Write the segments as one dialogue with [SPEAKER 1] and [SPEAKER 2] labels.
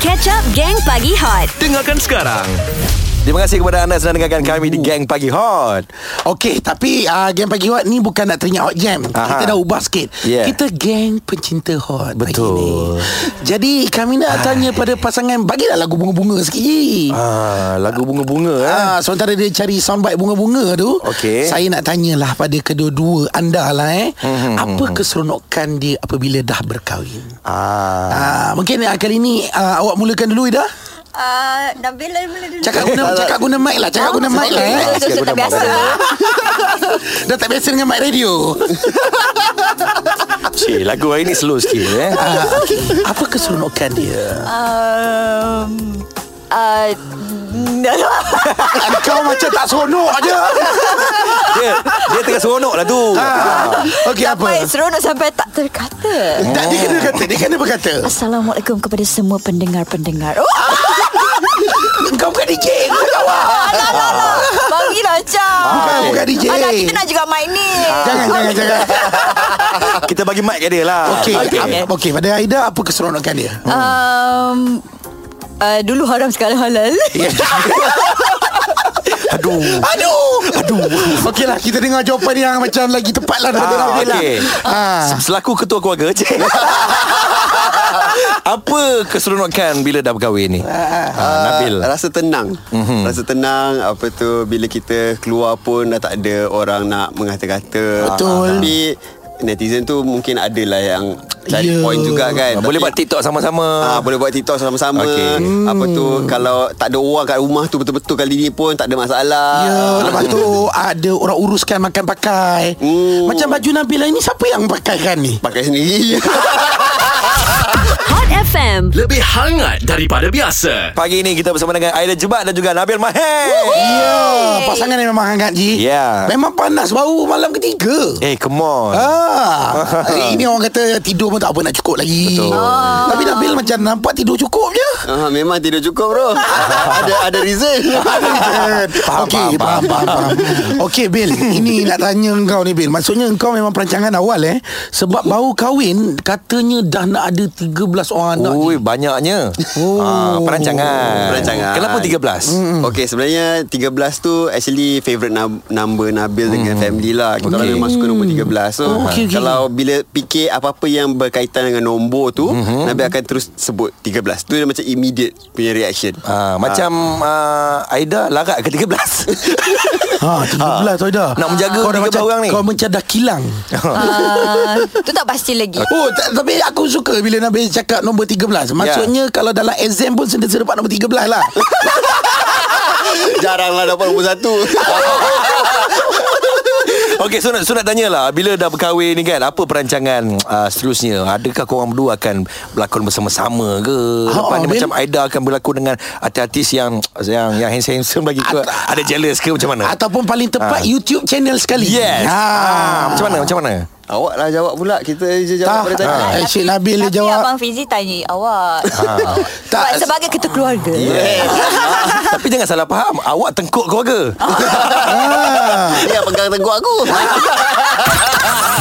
[SPEAKER 1] Catch Up Gang Pagi Hot
[SPEAKER 2] Dengarkan sekarang
[SPEAKER 3] Terima kasih kepada anda sedang dengarkan kami di Gang Pagi Hot.
[SPEAKER 4] Okey, tapi uh, geng pagi hot ni bukan nak teringat hot jam.
[SPEAKER 3] Aha.
[SPEAKER 4] Aha. Kita dah ubah sikit.
[SPEAKER 3] Yeah.
[SPEAKER 4] Kita geng pencinta hot pagi
[SPEAKER 3] Betul.
[SPEAKER 4] ni. Jadi kami nak tanya pada pasangan bagilah lagu bunga-bunga sikit. Ji.
[SPEAKER 3] Ah, lagu bunga-bunga eh.
[SPEAKER 4] Ah, sementara dia cari soundbite bunga-bunga tu
[SPEAKER 3] Okey.
[SPEAKER 4] Saya nak tanyalah pada kedua-dua anda lah eh hmm, Apa keseronokan dia apabila dah berkahwin?
[SPEAKER 3] Ah.
[SPEAKER 4] Ah, mungkin ah, kali ni ah, awak mulakan dulu Ida
[SPEAKER 5] Uh, Nabila mula dulu.
[SPEAKER 4] Cakap guna, cakap guna mic lah Cakap guna mic lah eh.
[SPEAKER 3] Okey,
[SPEAKER 5] Tak
[SPEAKER 3] guna
[SPEAKER 5] biasa.
[SPEAKER 4] Dah tak biasa dengan mic radio
[SPEAKER 3] Ah, Cik, lagu hari ni slow sikit eh.
[SPEAKER 4] Ah, Apa keseronokan dia?
[SPEAKER 5] Um, uh,
[SPEAKER 4] Ah, Kau macam tak seronok je
[SPEAKER 3] Dia, dia tengah seronok lah tu.
[SPEAKER 4] Ah. Okey apa
[SPEAKER 5] Sampai
[SPEAKER 4] Eh,
[SPEAKER 5] seronok sampai tak terkata.
[SPEAKER 4] Tak dia kena kata Dia kena berkata
[SPEAKER 5] Assalamualaikum kepada semua pendengar-pendengar. Oh,
[SPEAKER 4] Kau bukan DJ Kau
[SPEAKER 5] alah,
[SPEAKER 4] kawan
[SPEAKER 5] alah, alah. Bagilah, Cam.
[SPEAKER 4] Bukan, bukan Ah. DJ
[SPEAKER 5] Alah, kita nak juga main ni.
[SPEAKER 4] Jangan jangan jangan
[SPEAKER 3] Kita bagi mic kat dia lah.
[SPEAKER 4] Okey
[SPEAKER 3] Okey.
[SPEAKER 4] okay. okay, pada Aida Apa keseronokan dia?
[SPEAKER 5] Um, uh, dulu haram sekarang halal.
[SPEAKER 4] Ya.
[SPEAKER 3] Aduh.
[SPEAKER 4] Aduh Aduh Okey lah kita dengar jawapan yang Macam lagi tepat lah Daripada
[SPEAKER 3] Ah,
[SPEAKER 4] Nabil lah
[SPEAKER 3] okey.
[SPEAKER 4] ah.
[SPEAKER 3] Se- Selaku ketua keluarga, Cik. Apa keseronokan bila dah berkahwin ni? Ah, Nabil.
[SPEAKER 6] Rasa tenang mm-hmm. Rasa tenang Apa tu Bila kita keluar pun Dah tak ada orang nak mengata-kata Ah,
[SPEAKER 4] Betul.
[SPEAKER 6] Tapi Netizen tu mungkin adalah yang
[SPEAKER 4] Ya.
[SPEAKER 6] Cari yeah. point juga kan
[SPEAKER 3] Boleh buat
[SPEAKER 6] Tapi-
[SPEAKER 3] TikTok
[SPEAKER 6] Ah,
[SPEAKER 3] sama-sama.
[SPEAKER 6] boleh buat TikTok sama-sama
[SPEAKER 3] Okey.
[SPEAKER 6] okay. Apa tu Kalau tak ada orang kat rumah tu Betul-betul kali ni pun Tak ada masalah
[SPEAKER 4] Ya Lepas tu Ada orang uruskan Makan pakai
[SPEAKER 6] Hmm.
[SPEAKER 4] Macam baju Nabila ni Siapa yang pakaikan ni?
[SPEAKER 6] Pakai sendiri
[SPEAKER 1] Hot FM
[SPEAKER 2] Lebih hangat daripada biasa
[SPEAKER 3] Pagi ni kita bersama dengan Aida Jebat dan juga Nabil Mahir.
[SPEAKER 4] Ya Pasangan ni memang hangat Ji
[SPEAKER 3] Ya.
[SPEAKER 4] Memang panas Baru malam ketiga
[SPEAKER 3] Eh, come on.
[SPEAKER 4] Ah, ini orang kata tidur pun tak apa nak cukup lagi. Betul. Ah. Tapi Nabil macam nampak tidur cukup je.
[SPEAKER 6] ah, Memang tidak cukup bro Ada ada reason
[SPEAKER 3] Faham,
[SPEAKER 4] Okey,
[SPEAKER 3] faham, faham.
[SPEAKER 4] faham, faham, faham. Okey, Bil. Ini nak tanya kau ni, Bil. Maksudnya kau memang perancangan awal eh. Sebab baru kahwin, katanya dah nak ada 13 orang anak.
[SPEAKER 3] Ui, banyaknya. Oh. Ah, perancangan.
[SPEAKER 6] Perancangan.
[SPEAKER 3] Kenapa 13?
[SPEAKER 6] Mm. Okay sebenarnya 13 tu actually favourite num- number Nabil dengan family lah. Kita orang
[SPEAKER 3] Okay.
[SPEAKER 6] memang suka nombor 13. So
[SPEAKER 4] Oh, okay, okay.
[SPEAKER 6] kalau bila fikir apa-apa yang berkaitan dengan nombor tu, mm-hmm. Nabil akan terus sebut 13. Tu dia macam immediate punya reaction.
[SPEAKER 3] Ah, macam ah, Aida larat ke 13.
[SPEAKER 4] Ha, 13 tu dah.
[SPEAKER 3] Nak menjaga
[SPEAKER 4] kau dah
[SPEAKER 3] 13
[SPEAKER 4] macam,
[SPEAKER 3] orang ni.
[SPEAKER 4] Kau macam dah kilang.
[SPEAKER 5] Uh, tu tak pasti lagi.
[SPEAKER 4] Oh, ta- tapi aku suka bila Nabil cakap nombor 13.
[SPEAKER 3] Ya.
[SPEAKER 4] Maksudnya kalau dalam exam pun sentiasa dapat nombor 13 lah.
[SPEAKER 6] Jaranglah dapat nombor 1.
[SPEAKER 3] Okey, so nak, so nak tanyalah bila dah berkahwin ni kan, apa perancangan ah, seterusnya? Adakah korang berdua akan berlakon bersama-sama ke? Lepas
[SPEAKER 4] Ah,
[SPEAKER 3] ni
[SPEAKER 4] Bil.
[SPEAKER 3] macam Aida akan berlakon dengan artis-artis yang yang yang handsome-handsome bagi ke? Ada jealous ke macam mana?
[SPEAKER 4] Ataupun paling tepat
[SPEAKER 3] Ah.
[SPEAKER 4] YouTube channel sekali.
[SPEAKER 3] Yes. Ah,
[SPEAKER 4] Ha.
[SPEAKER 3] macam mana? Macam mana?
[SPEAKER 6] Awak lah jawab pula. Kita je jawab pada tadi.
[SPEAKER 4] Ah, eh, Cik Nabil dia
[SPEAKER 5] Tapi
[SPEAKER 4] jawab Ah.
[SPEAKER 5] Abang Fizi tanya awak.
[SPEAKER 4] Tak.
[SPEAKER 5] Tak, sebagai ketua keluarga.
[SPEAKER 3] Yes. Tapi jangan salah faham. Awak tengkuk keluarga.
[SPEAKER 4] Ah.
[SPEAKER 6] Dia pegang tengkuk aku.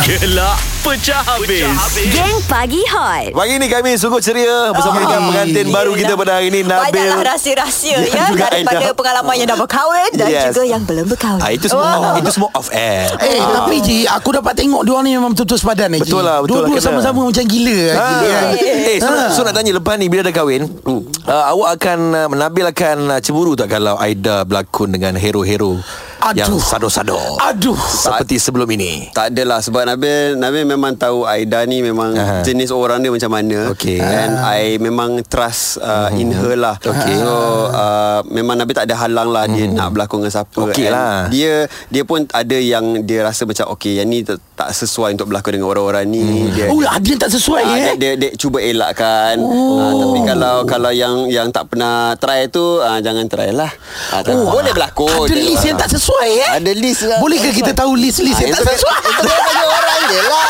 [SPEAKER 2] Gelak pecah habis, pecah habis.
[SPEAKER 1] Gang Pagi Hot
[SPEAKER 3] Pagi ni kami sungguh ceria bersama
[SPEAKER 4] Oh,
[SPEAKER 3] dengan pengantin baru kita pada hari ini
[SPEAKER 4] lah
[SPEAKER 3] Nabil.
[SPEAKER 5] Banyaklah lah rahsia-rahsia
[SPEAKER 3] Dan
[SPEAKER 5] ya
[SPEAKER 3] juga
[SPEAKER 5] daripada
[SPEAKER 3] Aida.
[SPEAKER 5] pengalaman yang dah berkahwin dan
[SPEAKER 3] Yes.
[SPEAKER 5] juga yang belum berkahwin.
[SPEAKER 3] Ah itu semua
[SPEAKER 5] Wah.
[SPEAKER 3] oh. itu semua off air.
[SPEAKER 4] Eh ah. tapi Ji Aku dapat tengok Diorang ni memang betul-betul sepadan eh, Ji.
[SPEAKER 3] Betul lah, betul lah,
[SPEAKER 4] Dua-dua
[SPEAKER 3] kena.
[SPEAKER 4] sama-sama macam gila
[SPEAKER 3] Ha.
[SPEAKER 4] gila, kan?
[SPEAKER 3] Eh, so, so nak tanya lepas ni bila dah kahwin,
[SPEAKER 4] Hmm.
[SPEAKER 3] uh, awak akan uh, Nabil akan uh, cemburu tak kalau Aida berlakon dengan hero-hero
[SPEAKER 4] Aduh.
[SPEAKER 3] yang sado-sado
[SPEAKER 4] Aduh
[SPEAKER 3] seperti sebelum ini?
[SPEAKER 6] Tak adalah sebab Nabil Nabil memang tahu Aida ni memang
[SPEAKER 3] Aha.
[SPEAKER 6] uh-huh. jenis orang dia macam mana
[SPEAKER 3] Okey.
[SPEAKER 6] and
[SPEAKER 4] Ah.
[SPEAKER 6] I memang trust uh,
[SPEAKER 4] Mhm.
[SPEAKER 6] uh-huh. in her lah
[SPEAKER 3] Okey.
[SPEAKER 6] so uh, memang Nabil tak ada halang lah dia
[SPEAKER 4] Mhm.
[SPEAKER 6] nak berlakon dengan siapa
[SPEAKER 3] Okey
[SPEAKER 6] And
[SPEAKER 3] lah.
[SPEAKER 6] dia dia pun ada yang dia rasa macam okey yang ni tak, tak sesuai untuk berlakon dengan orang-orang ni
[SPEAKER 3] Eh.
[SPEAKER 6] dia
[SPEAKER 4] Oh ada yang tak sesuai
[SPEAKER 6] Ah,
[SPEAKER 4] eh
[SPEAKER 6] dia, dia, dia cuba elakkan oh. tapi kalau kalau yang yang tak pernah try tu ah, jangan try lah Ah, tak-
[SPEAKER 4] Oh.
[SPEAKER 6] boleh berlakon
[SPEAKER 4] Ada list yang tak sesuai eh
[SPEAKER 6] Ada list lah.
[SPEAKER 4] Bolehkah kita tahu
[SPEAKER 3] Ah,
[SPEAKER 4] list-list yang tak sesuai
[SPEAKER 6] itu tanya orang je lah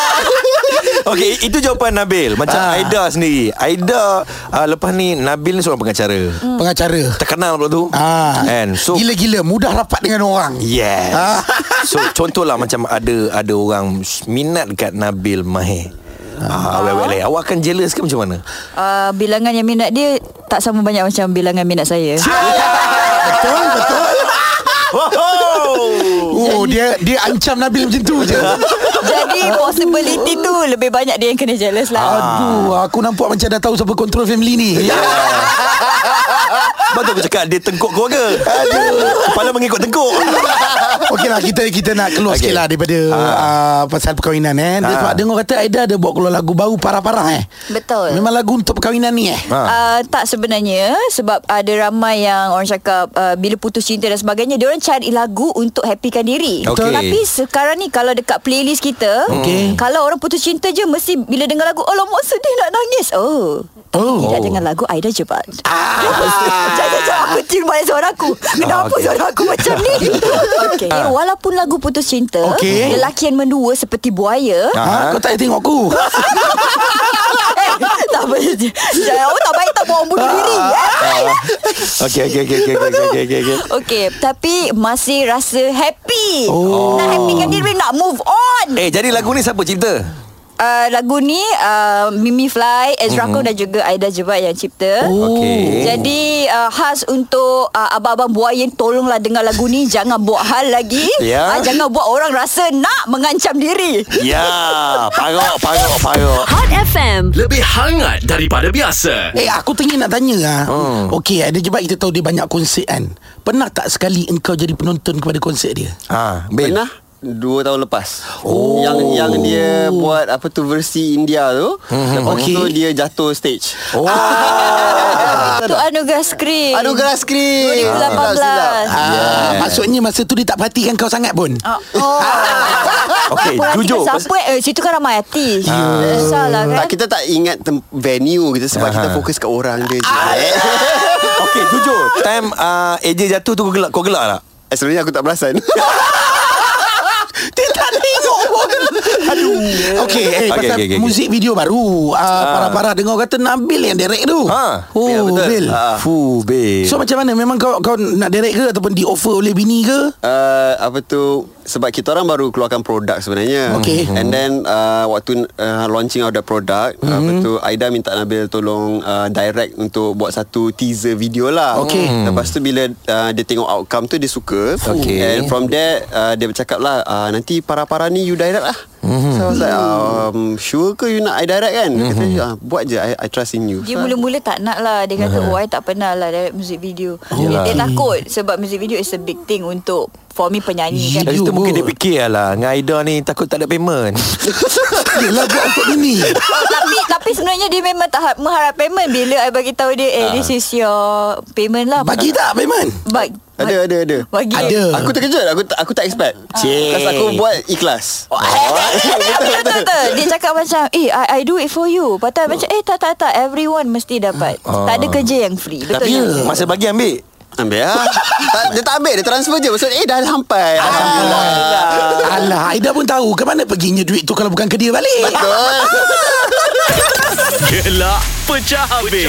[SPEAKER 3] Okey, itu jawapan Nabil. Macam
[SPEAKER 4] Ah.
[SPEAKER 3] Aida sendiri. Aida uh, lepas ni Nabil ni seorang pengacara.
[SPEAKER 4] Pengacara
[SPEAKER 3] Terkenal pula tu.
[SPEAKER 4] Ah,
[SPEAKER 3] And so
[SPEAKER 4] Gila-gila Mudah rapat dengan orang
[SPEAKER 3] Yes.
[SPEAKER 4] Ah.
[SPEAKER 3] so contohlah macam ada ada orang minat dekat Nabil Mahir. Ah, well, well, eh. Awak akan jealous ke macam mana?
[SPEAKER 5] Uh, bilangan yang minat dia tak sama banyak macam bilangan minat saya.
[SPEAKER 4] Betul betul. Oh dia dia ancam Nabil macam tu je.
[SPEAKER 5] Jadi possibility tu lebih banyak dia yang kena jealous
[SPEAKER 3] Ah,
[SPEAKER 5] lah.
[SPEAKER 4] Aduh, aku nampak macam dah tahu siapa kontrol family ni.
[SPEAKER 3] Sebab tu aku cakap Dia tengkuk keluarga Kepala mengikut tengkuk
[SPEAKER 4] Okey lah kita kita nak keluar
[SPEAKER 3] Okey.
[SPEAKER 4] okay. sikit lah daripada uh, pasal perkahwinan eh. Dia
[SPEAKER 3] Ah.
[SPEAKER 4] sebab dengar kata Aida ada buat keluar lagu baru parah-parah eh.
[SPEAKER 5] Betul.
[SPEAKER 4] Memang lagu untuk perkahwinan ni eh.
[SPEAKER 5] Uh, tak sebenarnya sebab ada ramai yang orang cakap uh, bila putus cinta dan sebagainya dia orang cari lagu untuk happykan diri.
[SPEAKER 3] Betul.
[SPEAKER 5] Tapi sekarang ni kalau dekat playlist kita Hmm.
[SPEAKER 4] Okey.
[SPEAKER 5] kalau orang putus cinta je mesti bila dengar lagu alamak sedih nak nangis. Oh.
[SPEAKER 4] Oh.
[SPEAKER 5] Tidak dengan lagu Aida Jebat. Ah. Jangan jangan aku tiru balik suara aku. Kenapa
[SPEAKER 3] okey.
[SPEAKER 5] suara aku macam ni? Okey, eh, walaupun lagu putus cinta,
[SPEAKER 4] Okey.
[SPEAKER 5] lelaki yang mendua seperti buaya,
[SPEAKER 4] Ha, kau tak payah tengok aku.
[SPEAKER 5] Eh, tak apa Jangan awak tak baik tak buang bunuh diri eh.
[SPEAKER 3] Ah. Okey okey okey okey okey okey okey okey.
[SPEAKER 5] Okey Tapi masih rasa happy
[SPEAKER 4] Oh.
[SPEAKER 5] Nak happy kan diri Nak move on
[SPEAKER 3] Eh jadi lagu ni siapa cipta?
[SPEAKER 5] uh, Lagu ni uh, Mimi Fly Ezra mm. dan juga Aida Jebat yang cipta
[SPEAKER 3] Oh. Okey.
[SPEAKER 5] Jadi uh, khas untuk uh, abang-abang buaya tolonglah dengar lagu ni jangan buat hal lagi.
[SPEAKER 3] Ya.
[SPEAKER 5] Ah, jangan buat orang rasa nak mengancam diri.
[SPEAKER 3] Ya, parok parok parok.
[SPEAKER 1] Hot FM.
[SPEAKER 2] Lebih hangat daripada biasa.
[SPEAKER 4] Eh aku tengah nak tanya ah. Hmm. Okey, ada jebat kita tahu dia banyak konsert kan. Pernah tak sekali engkau jadi penonton kepada konsert dia?
[SPEAKER 3] Ha, Bil.
[SPEAKER 6] Pernah Dua tahun lepas oh. Yang yang dia buat Apa tu Versi India tu mm-hmm. Lepas
[SPEAKER 4] Okey.
[SPEAKER 6] okay. tu dia jatuh stage
[SPEAKER 3] Oh.
[SPEAKER 5] Itu anugerah skrin.
[SPEAKER 6] Anugerah skrin
[SPEAKER 5] 2018.
[SPEAKER 4] Ah, maksudnya masa tu dia tak perhatikan kau sangat pun.
[SPEAKER 5] Ah, Oh.
[SPEAKER 3] Okey,
[SPEAKER 5] Orang
[SPEAKER 3] jujur.
[SPEAKER 5] kita Siapa eh, situ kan ramai hati. Yeah. Salah kan?
[SPEAKER 6] tak, kita tak ingat tem- venue kita sebab kita fokus kat orang dia je. eh.
[SPEAKER 3] Okey, jujur. Time uh, AJ jatuh tu kau gelak, kau gelak tak?
[SPEAKER 6] Eh, sebenarnya aku tak perasan.
[SPEAKER 4] Dia tak tengok pun Aduh Okay, eh,
[SPEAKER 3] Okay,
[SPEAKER 4] okay Pasal
[SPEAKER 3] okay,
[SPEAKER 4] okay,
[SPEAKER 3] okay.
[SPEAKER 4] okay, Muzik video baru uh, Parah-parah Dengar kata Nabil yang direct tu
[SPEAKER 3] Ha. Ah.
[SPEAKER 4] Oh
[SPEAKER 6] Ah. Ya, betul.
[SPEAKER 4] Bil
[SPEAKER 6] Ha.
[SPEAKER 3] Fu, Bil.
[SPEAKER 4] So macam mana Memang kau kau nak direct ke Ataupun di offer oleh bini ke
[SPEAKER 6] uh, apa tu sebab kita orang baru keluarkan produk sebenarnya.
[SPEAKER 4] Okay.
[SPEAKER 6] And then uh, waktu uh, launching of the product, mm-hmm. apa tu Aida minta Nabil tolong uh, direct untuk buat satu teaser video lah.
[SPEAKER 4] Okay.
[SPEAKER 6] Mm. Lepas tu bila uh, dia tengok outcome tu dia suka.
[SPEAKER 3] Okay.
[SPEAKER 6] And from there uh, dia bercakap lah uh, nanti para-para ni you direct lah. Mm-hmm. So I was like um, sure ke you nak I direct kan? Mm-hmm. Kata ah, buat je I, I trust in you.
[SPEAKER 5] Dia mula-mula tak nak lah Dia kata Oh I tak pernah lah Direct music video dia, dia takut Sebab music video Is a big thing Untuk For me penyanyi kan
[SPEAKER 3] Dari
[SPEAKER 4] You
[SPEAKER 3] situ mungkin
[SPEAKER 4] kot.
[SPEAKER 3] dia fikir lah Dengan Aida ni takut tak ada payment
[SPEAKER 4] Yelah buat untuk bini
[SPEAKER 5] Oh, tapi tapi sebenarnya dia memang tak ha-, mengharap payment bila I bagi tahu dia eh
[SPEAKER 4] Ah.
[SPEAKER 5] this is your payment lah
[SPEAKER 4] Bagi tak payment
[SPEAKER 5] Ba-
[SPEAKER 6] Ada ada ada.
[SPEAKER 5] bagi
[SPEAKER 4] Ada.
[SPEAKER 6] Aku terkejut Aku aku tak expect
[SPEAKER 3] Cik.
[SPEAKER 6] Because aku buat ikhlas
[SPEAKER 5] Betul, betul, betul. Dia cakap macam Eh I, I do it for you Patut macam Eh tak tak tak Everyone mesti dapat
[SPEAKER 4] Ah.
[SPEAKER 5] Tak ada kerja yang free Betul
[SPEAKER 3] Tapi
[SPEAKER 5] tak?
[SPEAKER 4] ya.
[SPEAKER 3] masa bagi ambil
[SPEAKER 6] Ambil lah tak, Dia tak ambil Dia transfer je Maksud eh dah sampai Alhamdulillah
[SPEAKER 4] Alah Aida pun tahu Ke mana perginya duit tu Kalau bukan ke dia balik
[SPEAKER 2] Gelak pecah habis.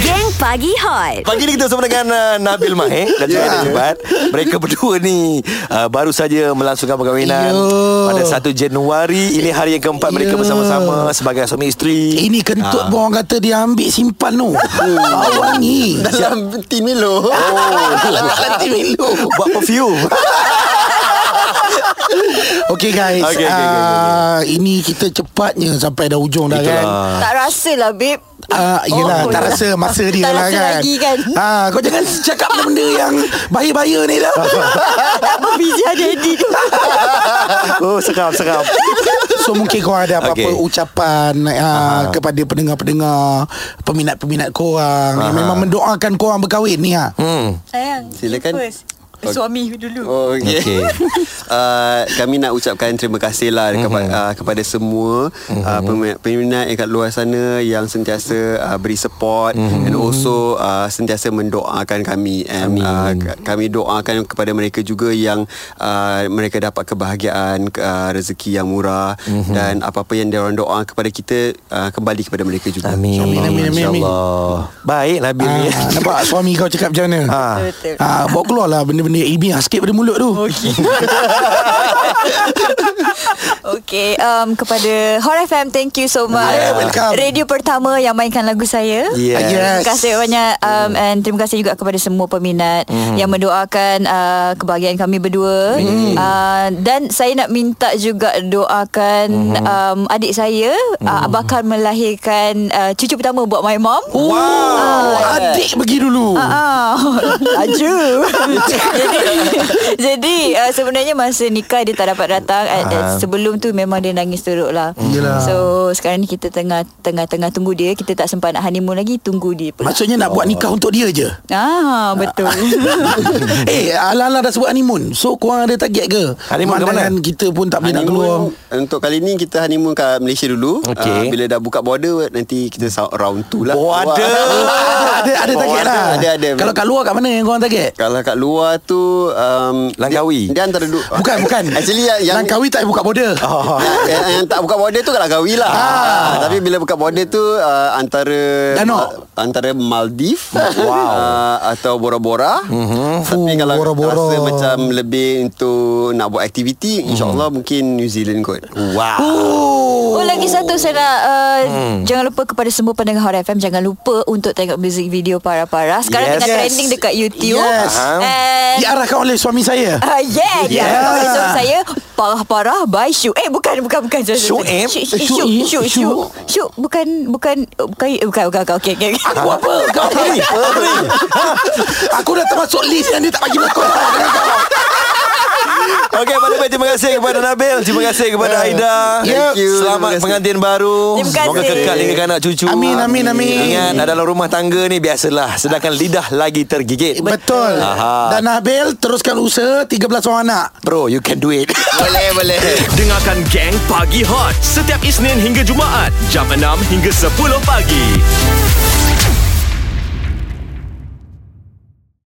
[SPEAKER 1] Gang Pagi Hot.
[SPEAKER 3] Pagi ni kita bersama dengan uh, Nabil Mahir Dan
[SPEAKER 4] Ya.
[SPEAKER 3] juga Aida Jebat Mereka berdua ni uh, Baru saja melangsungkan perkahwinan
[SPEAKER 4] Yo.
[SPEAKER 3] Pada 1 Januari Ini hari yang keempat mereka
[SPEAKER 4] Yo.
[SPEAKER 3] bersama-sama Sebagai suami isteri
[SPEAKER 4] Ya. Ini
[SPEAKER 6] Ah.
[SPEAKER 4] kentut pun orang kata Dia ambil simpan tu
[SPEAKER 6] Oh.
[SPEAKER 4] Bau wangi
[SPEAKER 6] Dalam tin Milo Oh.
[SPEAKER 4] Alat-alat timin
[SPEAKER 3] Buat perfume
[SPEAKER 4] Okay guys
[SPEAKER 3] Okay, okay,
[SPEAKER 4] okay, okay,
[SPEAKER 3] okay,
[SPEAKER 4] uh, Ini kita cepatnya Sampai dah hujung dah kan
[SPEAKER 3] Itulah.
[SPEAKER 5] Tak rasa lah babe
[SPEAKER 4] Ah, uh, yelah,
[SPEAKER 5] Oh.
[SPEAKER 4] oh, tak rasa masa dia
[SPEAKER 5] Tak
[SPEAKER 4] lah
[SPEAKER 5] rasa
[SPEAKER 4] kan.
[SPEAKER 5] lagi kan?
[SPEAKER 4] Ah, kau jangan cakap benda-benda yang bahaya-bahaya ni lah.
[SPEAKER 5] Tak apa busy ada Eddie tu
[SPEAKER 3] Oh seram seram
[SPEAKER 4] so mungkin kau ada apa-apa
[SPEAKER 3] Okay.
[SPEAKER 4] okay. ucapan uh, kepada pendengar-pendengar, peminat-peminat korang yang memang mendoakan korang berkahwin ni ah.
[SPEAKER 3] Hmm
[SPEAKER 5] Sayang
[SPEAKER 6] Silakan.
[SPEAKER 5] you first. Suami dulu
[SPEAKER 6] Oh, okay.
[SPEAKER 3] Okey.
[SPEAKER 6] okay. uh, kami nak ucapkan terima kasih lah
[SPEAKER 3] Mhm.
[SPEAKER 6] mm-hmm. kepada, uh, kepada semua mm-hmm. uh, peminat, peminat yang kat luar sana yang sentiasa uh, beri
[SPEAKER 3] Mhm.
[SPEAKER 6] support mm-hmm. and also uh, sentiasa mendoakan kami and uh, k- kami doakan kepada mereka juga yang uh, mereka dapat kebahagiaan ke- uh, rezeki yang murah
[SPEAKER 3] Mhm.
[SPEAKER 6] mm-hmm. dan apa-apa yang diorang doa kepada kita uh, kembali kepada mereka juga.
[SPEAKER 3] Amin
[SPEAKER 4] Amin, amin, amin, amin.
[SPEAKER 3] InsyaAllah Baik Nabil
[SPEAKER 4] Ah,
[SPEAKER 3] ni
[SPEAKER 4] nampak suami kau cakap macam mana?
[SPEAKER 3] Ah.
[SPEAKER 5] Betul
[SPEAKER 4] Ah, bawa keluar lah benda-benda yang ilmiah sikit pada mulut tu.
[SPEAKER 5] Okay um, Kepada Hot FM Thank you so much
[SPEAKER 4] Yeah, welcome.
[SPEAKER 5] Radio pertama Yang mainkan lagu saya
[SPEAKER 6] Yes.
[SPEAKER 5] Terima kasih banyak um, And terima kasih juga Kepada semua peminat Yang mendoakan uh, Kebahagiaan kami berdua uh, Dan saya nak minta juga Doakan um, Adik saya uh, Bakal melahirkan uh, Cucu pertama Buat my mom
[SPEAKER 4] Wow Adik pergi dulu
[SPEAKER 5] Ah, laju. jadi jadi uh, sebenarnya masa nikah dia tak dapat datang uh, uh, sebelum tu memang dia nangis teruk lah.
[SPEAKER 4] Ah. Hmm. Yelah.
[SPEAKER 5] So sekarang ni kita tengah tengah tengah tunggu dia, kita tak sempat nak honeymoon lagi, tunggu dia pula.
[SPEAKER 4] Maksudnya nak buat nikah untuk dia je
[SPEAKER 5] Ah, betul.
[SPEAKER 4] Eh Alah-alah dah sebut honeymoon So korang ada target ke
[SPEAKER 3] Honeymoon ke
[SPEAKER 4] Pemandangan kita pun tak boleh nak keluar
[SPEAKER 6] Honeymoon Untuk kali ni Kita honeymoon kat Malaysia dulu
[SPEAKER 3] Okey.
[SPEAKER 6] Ah, Bila dah buka border Nanti kita sa- round 2 lah
[SPEAKER 3] Oh, ada.
[SPEAKER 4] Ah, ada, ada
[SPEAKER 6] Oh,
[SPEAKER 4] target
[SPEAKER 6] ada,
[SPEAKER 4] lah
[SPEAKER 6] ada, ada.
[SPEAKER 4] Kalau kat luar kat mana yang korang target
[SPEAKER 6] Kalau kat luar tu um,
[SPEAKER 3] Langkawi.
[SPEAKER 6] Dia, dia antara dua
[SPEAKER 4] Bukan bukan
[SPEAKER 6] Actually yang, yang
[SPEAKER 4] Langkawi tak buka border oh.
[SPEAKER 6] yang, yang, yang tak buka border tu kat Langkawi lah ah. Tapi bila buka border tu uh, Antara
[SPEAKER 4] Danau.
[SPEAKER 6] Antara Maldives wow. uh, Atau Bora Bora mm-hmm. Tapi
[SPEAKER 4] Mhm. Fuh,
[SPEAKER 6] kalau
[SPEAKER 4] Bora Bora.
[SPEAKER 6] rasa macam Lebih untuk Nak buat aktiviti InsyaAllah mungkin New Zealand kot Wow
[SPEAKER 5] oh, lagi satu saya nak uh,
[SPEAKER 4] Hmm.
[SPEAKER 5] jangan lupa kepada semua pendengar Hot FM jangan lupa untuk tengok music video para-para. Sekarang
[SPEAKER 3] Yes.
[SPEAKER 5] yes. tengah
[SPEAKER 3] Yes.
[SPEAKER 5] trending dekat YouTube.
[SPEAKER 4] Yes. Ya,
[SPEAKER 5] And
[SPEAKER 4] Diarahkan oleh suami saya
[SPEAKER 5] Ah, yeah, yeah.
[SPEAKER 4] Yeah.
[SPEAKER 5] yeah. So saya parah-parah by Syuk. Eh bukan bukan bukan. Syuk
[SPEAKER 3] Syuk, eh?
[SPEAKER 5] Syuk
[SPEAKER 4] Syuk,
[SPEAKER 5] Syuk
[SPEAKER 4] eh?
[SPEAKER 5] Syuk Syuk. Syuk bukan bukan eh, bukan eh, bukan bukan bukan. okey okey.
[SPEAKER 4] Aku apa Kau apa ni Apa ni? Ha? Aku dah termasuk list Yang dia tak bagi belakang
[SPEAKER 3] Okey, pada baik terima kasih kepada Nabil, terima kasih kepada Aida.
[SPEAKER 6] Thank you.
[SPEAKER 3] Selamat
[SPEAKER 6] Terima kasih.
[SPEAKER 3] pengantin baru.
[SPEAKER 5] Terima kasih.
[SPEAKER 3] Semoga kekal hingga ke anak cucu.
[SPEAKER 4] Amin, amin, amin.
[SPEAKER 3] Ingat ada dalam rumah tangga ni biasalah, sedangkan lidah lagi tergigit.
[SPEAKER 4] Betul
[SPEAKER 3] Aha.
[SPEAKER 4] Dan Nabil Teruskan usaha 13 orang anak
[SPEAKER 3] Bro, you can do it.
[SPEAKER 6] Boleh boleh
[SPEAKER 2] Dengarkan Gang Pagi Hot setiap Isnin hingga Jumaat jam 6 hingga 10 pagi.